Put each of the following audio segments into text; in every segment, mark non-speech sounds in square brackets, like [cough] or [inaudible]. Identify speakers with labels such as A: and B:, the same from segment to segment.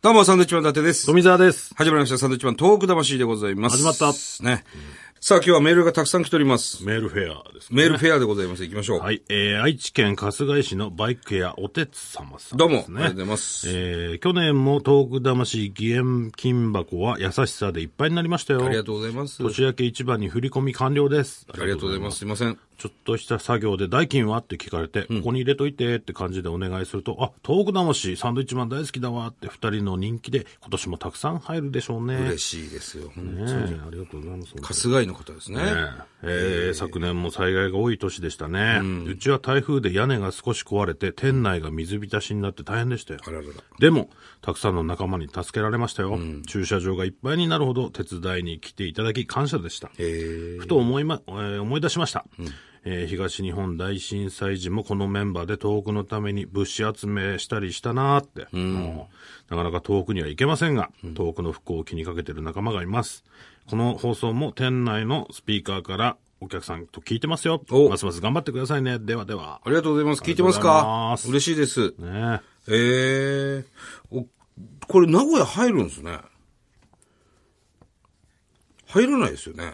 A: どうも、サンドウィッチマン伊達です。
B: 富澤です。
A: 始まりました、サンドウィッチマントーク魂でございます。
B: 始まった
A: ね。さあ、今日はメールがたくさん来ております。
B: メールフェアですね。
A: メールフェアでございます。行きましょう。
B: はい、えー、愛知県春日井市のバイク屋おてつ様さん
A: どうも、
B: です
A: あり
B: ね。
A: がとうございます。
B: えー、去年もトーク魂義援金箱は優しさでいっぱいになりましたよ。
A: ありがとうございます。あ
B: 年明け一番に振り込み完了です。あ
A: りがとうございます。すいません。
B: ちょっとした作業で代金はって聞かれて、ここに入れといてって感じでお願いすると、あ、トーク魂、サンドイッチマン大好きだわって二人の人気で、今年もたくさん入るでしょうね。
A: 嬉しいですよ。
B: ねえありがとうございます。
A: 春日井の方ですね。
B: えー昨年も災害が多い年でしたね、うちは台風で屋根が少し壊れて店内が水浸しになって大変でしたよ
A: あららら
B: でもたくさんの仲間に助けられましたよ、駐車場がいっぱいになるほど手伝いに来ていただき感謝でした
A: えー、
B: ふと思い,、まえー思い出しました、えー東日本大震災時もこのメンバーで遠くのために物資集めしたりしたなーって、もうなかなか遠くには行けませんが、遠くの復興を気にかけてる仲間がいますこの放送も店内のスピーカーからお客さんと聞いてますよ
A: お
B: ますます頑張ってくださいねではでは
A: ありがとうございます。聞いてます
B: ありがとうござい
A: か
B: ます
A: 嬉しいです。
B: ね
A: えー、お、これ名古屋入るんですね。入らないですよね。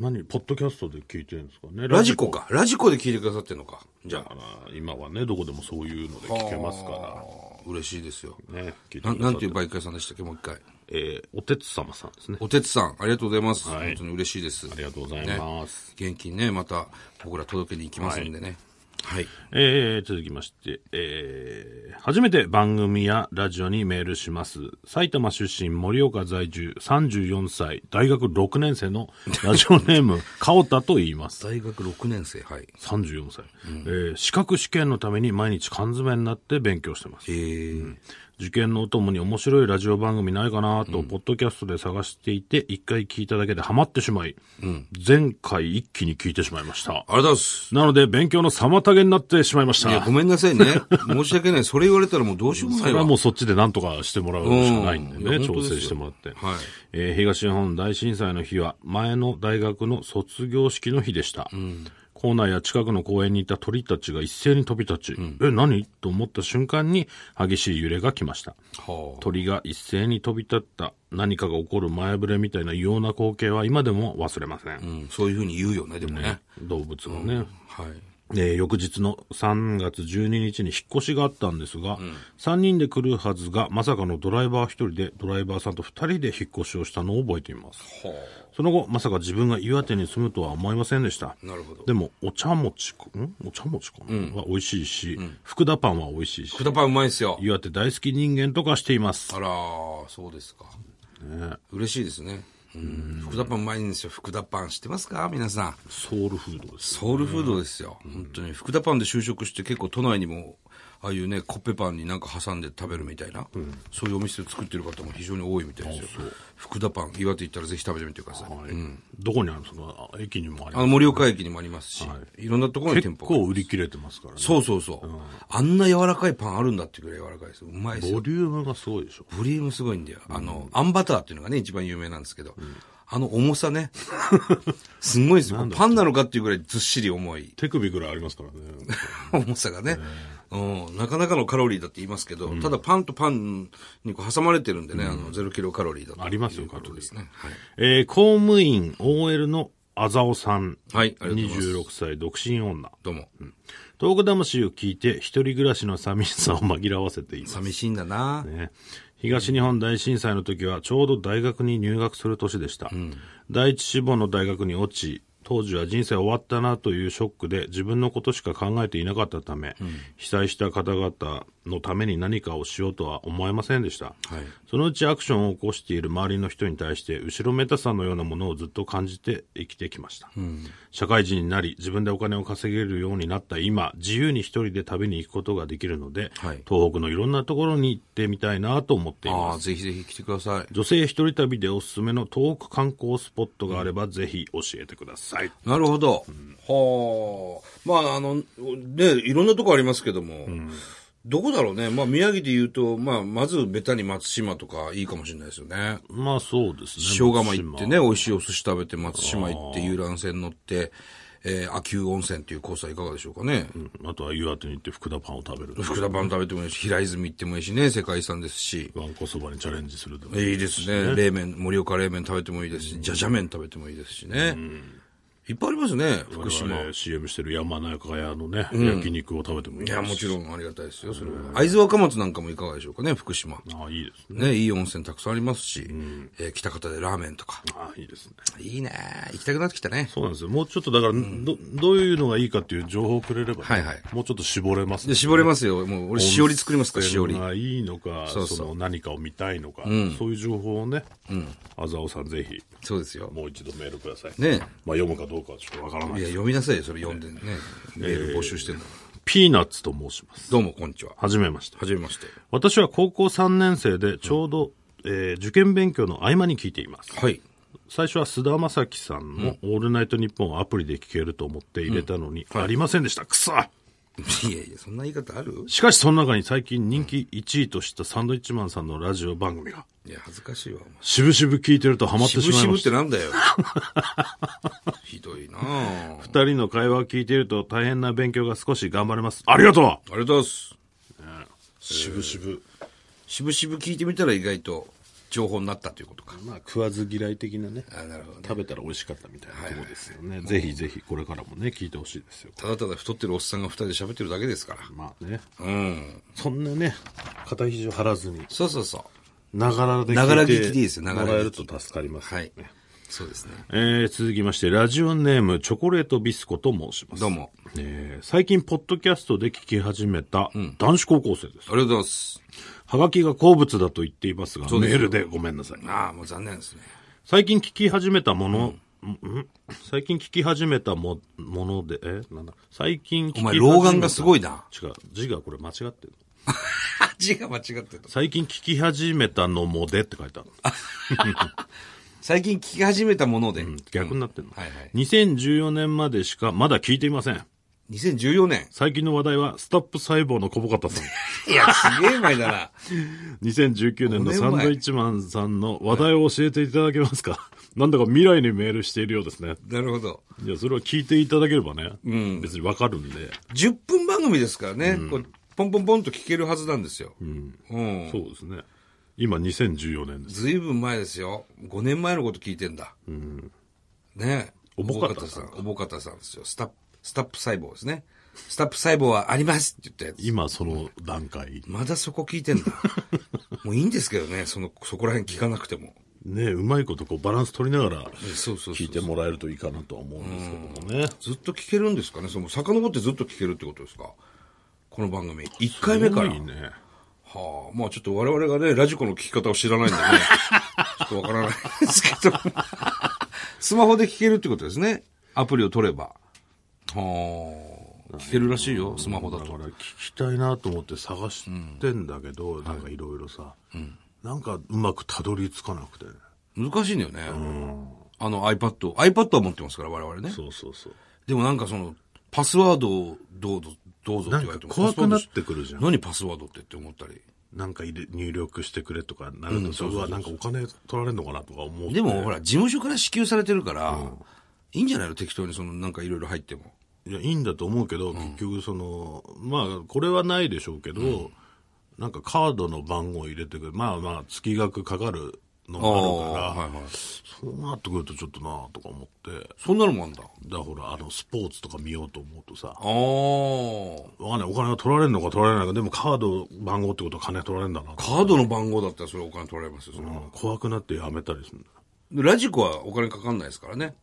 B: 何ポッドキャストで聞いてるんですかね
A: ラジコか。ラジコで聞いてくださってるのか。じゃ
B: だから今はねどこでもそういうので聞けます
A: あ
B: か、
A: 嬉しいですよ。
B: らね聞いてく
A: な
B: ださ
A: んなんていうバイク屋さんでしたっけもう一回。
B: えーおてつ様さんですね
A: おてつさん、ありがとうございます。
B: はい
A: 本当に嬉しいです。あ
B: ありがとうございます、
A: 元気にね、また僕ら届けに行きますんでね。はい。
B: えー、続きまして、えー、初めて番組やラジオにメールします。埼玉出身、盛岡在住、34歳、大学6年生のラジオネーム、 [laughs] かおたと言います。
A: 大学6年生、はい。
B: 34歳、えー資格試験のために毎日缶詰になって勉強してます。
A: えー
B: 受験のお供に面白いラジオ番組ないかなと、ポッドキャストで探していて、一回聞いただけでハマってしまい、前回一気に聞いてしまいました。
A: ありがとうございます。
B: なので、勉強の妨げになってしまいました。
A: いや、ごめんなさいね。申し訳ない。それ言われたらもうどうしようも
B: そ
A: な
B: れ
A: い
B: は
A: わ。
B: もうそっちでなんとかしてもらうしかないん
A: うんい
B: で
A: や
B: ね、
A: 本当
B: 調
A: ですよ
B: 整してもらって。
A: はい
B: えー東日本大震災の日は、前の大学の卒業式の日でした。校内や近くの公園にいた鳥たちが一斉に飛び立ち、え、何と思った瞬間に激しい揺れが来ました。
A: は
B: 鳥が一斉に飛び立った何かが起こる前触れみたいな異様な光景は今でも忘れません。
A: あうん、そういうふうに言うよね、でもね。
B: 動物もね、
A: はい。
B: えー翌日の3月12日に引っ越しがあったんですが、3人で来るはずが、まさかのドライバー1人で、ドライバーさんと2人で引っ越しをしたのを覚えています。その後、まさか自分が岩手に住むとは思いませんでした。
A: なるほど。
B: でも、お茶餅か、んお茶餅かな、は美味しいし、福田パンは美味しいし
A: く、だパンうまいっすよ。
B: 岩手大好き人間とかしています。
A: あらー、そうですか。嬉しいですね。うん、福田パンうまいんですよ。福田パン知ってますか皆さん。
B: ソウルフードです。
A: ソウルフードですよ。本当に。福田パンで就職して結構都内にも、ああいうね、コッペパンになんか挟んで食べるみたいな、そういうお店を作ってる方も非常に多いみたいですよ。福田パン、岩手行ったらぜひ食べてみてください。
B: はいどこにあるんですかあ駅にもあり
A: あの、
B: ま
A: 盛岡駅にもありますし、い、ろんなところ
B: す。
A: に店
B: 結
A: 舗が
B: 構売り切れてますからね。
A: そうそうそう、あんな柔らかいパンあるんだっていうぐらい柔らかいです。うまいですよ
B: ボ。リュームがすごいでしょ。
A: ボリュームすごいんだよ。あの、あんバターっていうのがね、一番有名なんですけど、あの重さね、 [laughs] すんごいですよ。パンなのかっていうぐらいずっしり重い。 [laughs]
B: [laughs] 手首ぐらいありますからね。
A: 重さがね、うん、なかなかのカロリーだって言いますけど、ただパンとパンにこう挟まれてるんでね、あの0キロカロリーだと
B: ありますよ
A: いうことですね。はい、
B: えー公務員 OL のあざおさん。
A: はいありがとうございます
B: 26歳独身女。
A: どうも、
B: トーク魂を聞いて一人暮らしの寂しさを紛らわせています。
A: 寂しいんだな、
B: ね東日本大震災の時はちょうど大学に入学する年でした。第一志望の大学に落ち、当時は人生終わったなというショックで自分のことしか考えていなかったため、被災した方々のために何かをしようとは思えませんでした。
A: はい。
B: そのうちアクションを起こしている周りの人に対して後ろめたさのようなものをずっと感じて生きてきました、社会人になり自分でお金を稼げるようになった今自由に一人で旅に行くことができるので、
A: はい
B: 東北のいろんなところに行ってみたいなと思ってい
A: あ
B: ま
A: あ、
B: す
A: ぜひぜひ来てください。
B: 女性一人旅でおすすめの東北観光スポットがあれば、ぜひ教えてください
A: なるほど。はあ。まあ、あの、ね、いろんなとこありますけども、どこだろうね。まあ、宮城で言うと、まあ、まず、ベタに松島とかいいかもしれないですよね。
B: まあそうですね
A: 塩釜行ってね、美味しいお寿司食べて、松島行って、遊覧船乗って、えー、秋保温泉っていうコースはいかがでしょうかね。
B: あとは岩手に行って福田パンを食べる。
A: 福田パン食べてもいいし、平泉行ってもいいしね、世界遺産ですし。
B: わんこそばにチャレンジするでも
A: いいですね。冷麺、盛岡冷麺食べてもいいですし、じゃじゃ麺食べてもいいですしね。いっぱいありますね、福島。
B: 我々 CM してる山中屋のね、焼肉を食べてもいい
A: い
B: し
A: や、もちろんありがたいですよ、それは。会津若松なんかもいかがでしょうかね、福島。
B: ああ、いいですね。
A: ね、いい温泉たくさんありますし、えー北方でラーメンとか。
B: ああ、いいですね。
A: いいね行きたくなってきたね。
B: そうなんですよ。もうちょっとだから、ど、どういうのがいいかっていう情報をくれれば、ね、
A: はいはい
B: もうちょっと絞れます
A: で、
B: ね
A: 絞れますよ。もう、俺、しおり作りますから、しおり。
B: 温泉がいいのか、そ
A: そうそう
B: の何かを見たいのか、そういう情報をね、あざおさんぜひ、
A: そうですよ。
B: もう一度メールください。
A: ね
B: まあ読むかどうかはちょっとわからない
A: い
B: で
A: や、
B: す。
A: 読みなさいよ、それ読んでね。メール募集してるの。
B: ピーナッツと申します。
A: どうも、こんにちは。
B: はじめまして。
A: はじめまして。
B: 私は高校3年生で、ちょうど、えー受験勉強の合間に聞いています。
A: はい。
B: 最初は菅田将暉さんの「オールナイトニッポン」をアプリで聞けると思って入れたのに、ありませんでしたくそ
A: いやいや、そんな言い方ある
B: しかしその中に最近人気1位としたサンドイッチマンさんのラジオ番組が
A: いや、恥ずかしいわ、お前。
B: しぶしぶ聞いてるとハマってし
A: 渋
B: まいました
A: 々ってなんだ [laughs] よ。ひどいなあ
B: 二人の会話を聞いていると大変な勉強が少し頑張れますありがと
A: ありがとうございます。
B: うしぶしぶ
A: 渋々聞いてみたら意外と情報になったということか。
B: まあ食わず嫌い的なね
A: あなるほどね。
B: 食べたら美味しかったみたいなとこですよね、ぜひぜひこれからもね聞いてほしいですよ
A: ただただ太ってるおっさんが二人で喋ってるだけですから。
B: まあね
A: うん。
B: そんなね肩肘を張らずに
A: そうそうそう。
B: ながらで
A: ながら聞き
B: 聞い
A: でいいです
B: て
A: よ
B: も
A: なが
B: ら
A: ら聞き
B: えると助かりますよ
A: は
B: ね、
A: い。そうですね。
B: えー続きまして、ラジオネーム、チョコレートビスコと申します。
A: どうも。
B: えー最近、ポッドキャストで聞き始めた男子高校生です。
A: ありがとうございます。
B: はがきが好物だと言っていますが、
A: う
B: メ
A: です
B: ールでごめんなさい。
A: ああ、もう残念ですね。
B: 最近聞き始めたもの、んん最近聞き始めたももので、えなんだ最近聞き
A: お前老眼がすごい
B: な。
A: な。
B: 違う、字がこれ間違ってる。
A: 字が間違ってた。
B: 最近聞き始めたのもでって書いてある。
A: 最近聞き始めたもので。
B: 逆になってるの、
A: はいはい
B: 2014年までしかまだ聞いていません。
A: 2014年。
B: 最近の話題は、スタップ細胞の小
A: [laughs]
B: 保方さん。
A: いや、すげえ前だな。
B: 2019年のサンドイッチマンさんの話題を教えていただけま
A: [laughs]
B: すかなんだか未来にメールしているようですね。
A: [laughs] なるほど。
B: いや、それは聞いていただければね。別にわかるんで。
A: 10分番組ですからね。こうポンポンポンと聞けるはずなんですよ。うん。
B: そうですね。今2014年です。
A: ずいぶん前ですよ。5年前のこと聞いてんだ。ねえ。
B: おぼかたさん
A: おぼかたさんですよ。スタップ、スタップ細胞ですね。スタップ細胞はありますって言ったやつ。
B: 今その段階。
A: まだそこ聞い [laughs] てんだ。もういいんですけどね、その、そこら辺聞かなくても。
B: ねうまいことこうバランス取りながら
A: そうそうそう
B: 聞いてもらえるといいかなとは思うんですけどもね。
A: ずっと聞けるんですかねその、遡ってずっと聞けるってことですかこの番組。1回目から。
B: いいね。
A: はあ、まあちょっと我々がね、ラジコの聞き方を知らないんでね、 [laughs] ちょっとわからないです
B: [laughs]
A: けど、スマホで聞けるってことですね。アプリを取れば。はあ、聞けるらしいよ、スマホだ
B: だか
A: と。
B: ら聞きたいなと思って探してんだけど、なんかいろいろさ、なんかうまくたどり着かなくてね。
A: 難しいんだよね。あの iPad、iPad は持ってますから、我々ね。
B: そうそうそう。
A: でもなんかその、パスワードをどうぞ、どうぞって言われても。
B: なんか怖くなってくるじゃん
A: 何パスワードってって思ったり。
B: なんか入れ入力してくれとかなると、うわ、なんかお金取られるのかなとか思う。
A: でもほら、事務所から支給されてるから、いいんじゃないの適当にその、なんかいろいろ入っても。
B: いや、いいんだと思うけど、結局その、まあ、これはないでしょうけど、なんかカードの番号入れてくる。まあまあ、月額かかるのもあるから、
A: はいはい。
B: そうなってくるとちょっとなあとか思って、
A: そんなのもあんだ。
B: だからほら、あの、スポーツとか見ようと思うとさ、
A: ああ。
B: わかんない。お金が取られるのか取られないのか、でもカード番号ってことは金取られるんだなとか、
A: カードの番号だったらそれお金取られますよ、それ
B: うん怖くなってやめたりするんだ。
A: ラジコはお金かかんないですからね。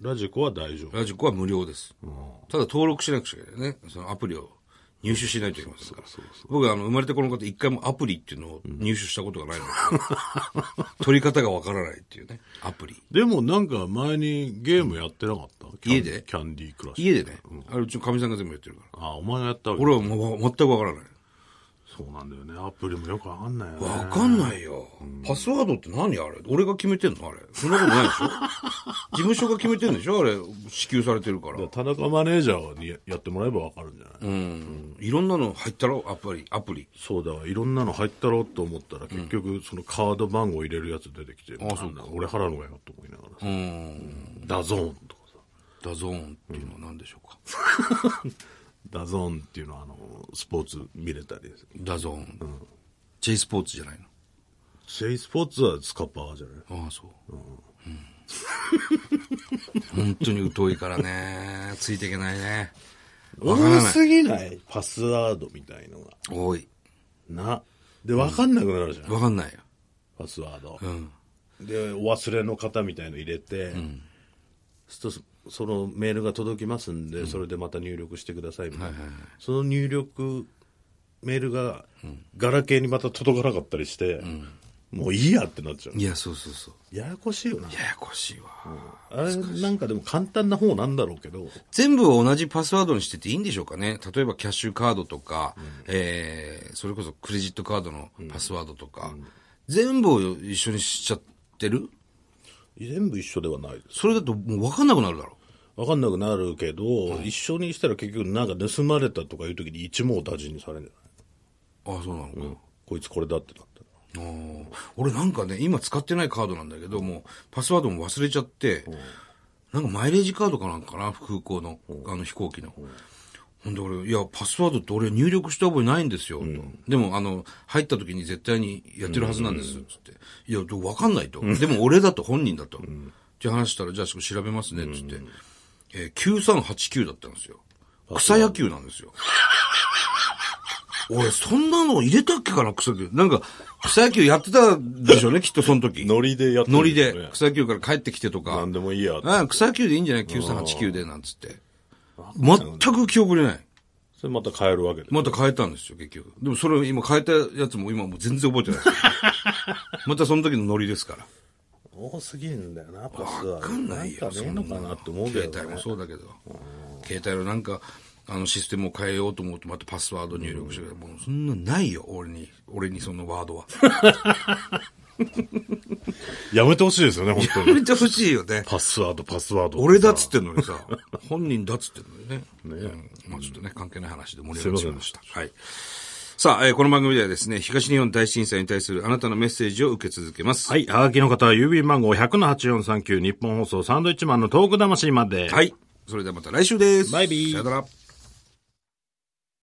B: ラジコは大丈夫。
A: ラジコは無料です。ただ登録しなくちゃいけないね。そのアプリを入手しないといけませんから。僕はあの生まれてこの方一回もアプリっていうのを入手したことがないので、 [laughs] 取り方がわからないっていうね、アプリ。
B: でもなんか前にゲームやってなかった、キャン
A: 家で
B: キャンディークラッシュ。
A: 家でね、あれうちのかみさんが全部やってるから。
B: あ、お前がやったわけ
A: 俺はもう全くわからない。
B: そうなんだよね。アプリもよくわかんないよね。
A: わかんないよ。パスワードって何あれ俺が決めてんのあれ。そんなことないで [laughs] しょ事務所が決めてんでしょあれ、支給されてるから。
B: 田中マネージャーにやってもらえばわかるんじゃない、
A: うんいろんなの入ったろアプリ、アプリ。
B: そうだわ。いろんなの入ったろうと思ったら、結局そのカード番号入れるやつ出てきて、あそう俺払うのがよと思いながらさ、
A: うん。
B: ダゾーンとかさ。
A: ダゾーンっていうのは何でしょうか、
B: ダゾーンっていうのは、あの、スポーツ見れたりです。
A: ダゾーン、J スポーツじゃないの
B: シェイスポーツはスカパーじゃない
A: ああそう、うん本当に疎いからねついていけないねわから
B: 多
A: ない
B: すぎないパスワードみたいのが。
A: 多い
B: な。で、わかんなくなるじゃん。
A: わかんないよ
B: パスワード
A: う。ん
B: で、お忘れの方みたいの入れて、そするとそのメールが届きますんで、それでまた入力してくださいみたいな。その入力、メールが、ガラケーにまた届かなかったりして、もういいやってなっちゃう。
A: いやそうそうそう
B: ややこしいよな。
A: ややこしいわ、
B: あれなんかでも簡単な方なんだろうけど、
A: 全部を同じパスワードにしてていいんでしょうかね例えばキャッシュカードとか、えー、それこそクレジットカードのパスワードとか、全部を一緒にしちゃってる
B: 全部一緒ではないです。
A: それだともう分かんなくなるだろ
B: わかんなくなるけど、一緒にしたら結局なんか盗まれたとかいう時に一網打尽にされるんじゃ
A: ああそうなのか、
B: ない、こいつこれだってなったら。
A: あー俺なんかね、今使ってないカードなんだけど、もうパスワードも忘れちゃって、なんかマイレージカードかなんかな、空港の、あの飛行機の。ほんで俺、いや、パスワードって俺入力した覚えないんですよ、と。でも、あの、入った時に絶対にやってるはずなんです、つって。いや、どうわかんないと。でも俺だと本人だと。って話したら、じゃあ調べますね、つって。えー、9389だったんですよ。草野球なんですよ。 [laughs] 俺、そんなの入れたっけかな、草野球。なんか、草野球やってたでしょうね、きっとその
B: [laughs]
A: 時。
B: ノリでやってる
A: ノ
B: ん
A: リ
B: すね
A: で、草野球から帰ってきてとか。
B: なんでもいいやって
A: あ草野球でいいんじゃない ?9389 で、なんつって。全く記憶にない。
B: それまた変えるわけで。
A: また変えたんですよ、結局。でもそれを今変えたやつも今もう全然覚えてない。 [laughs] またその時のノリですから。
B: 多すぎんだよな、パスは。
A: わかんないよ。
B: んかねえのかなって思うけ
A: 携
B: ど、
A: 帯
B: ね
A: も。そうだけど。携帯のなんか、あのシステムを変えようと思うとまたパスワード入力してくれもうそんなのないよ、俺に。俺にそのワー [laughs] ドは。
B: やめてほしいですよね、本当
A: や
B: に。
A: めてほしいよね。
B: [laughs] パスワード、パスワード。
A: 俺だっつってんのにさ、本人だっつってんのにね。
B: ね
A: うんまあちょっとね、関係ない話で盛り上がってしまいました。はい。さあ、えーこの番組ではですね、東日本大震災に対するあなたのメッセージを受け続けます。
B: はい。はがきの方は郵便番号100-8439日本放送サンドイッチマンのトーク魂まで。
A: はい。それではまた来週です。
B: バイビー
A: さよなら。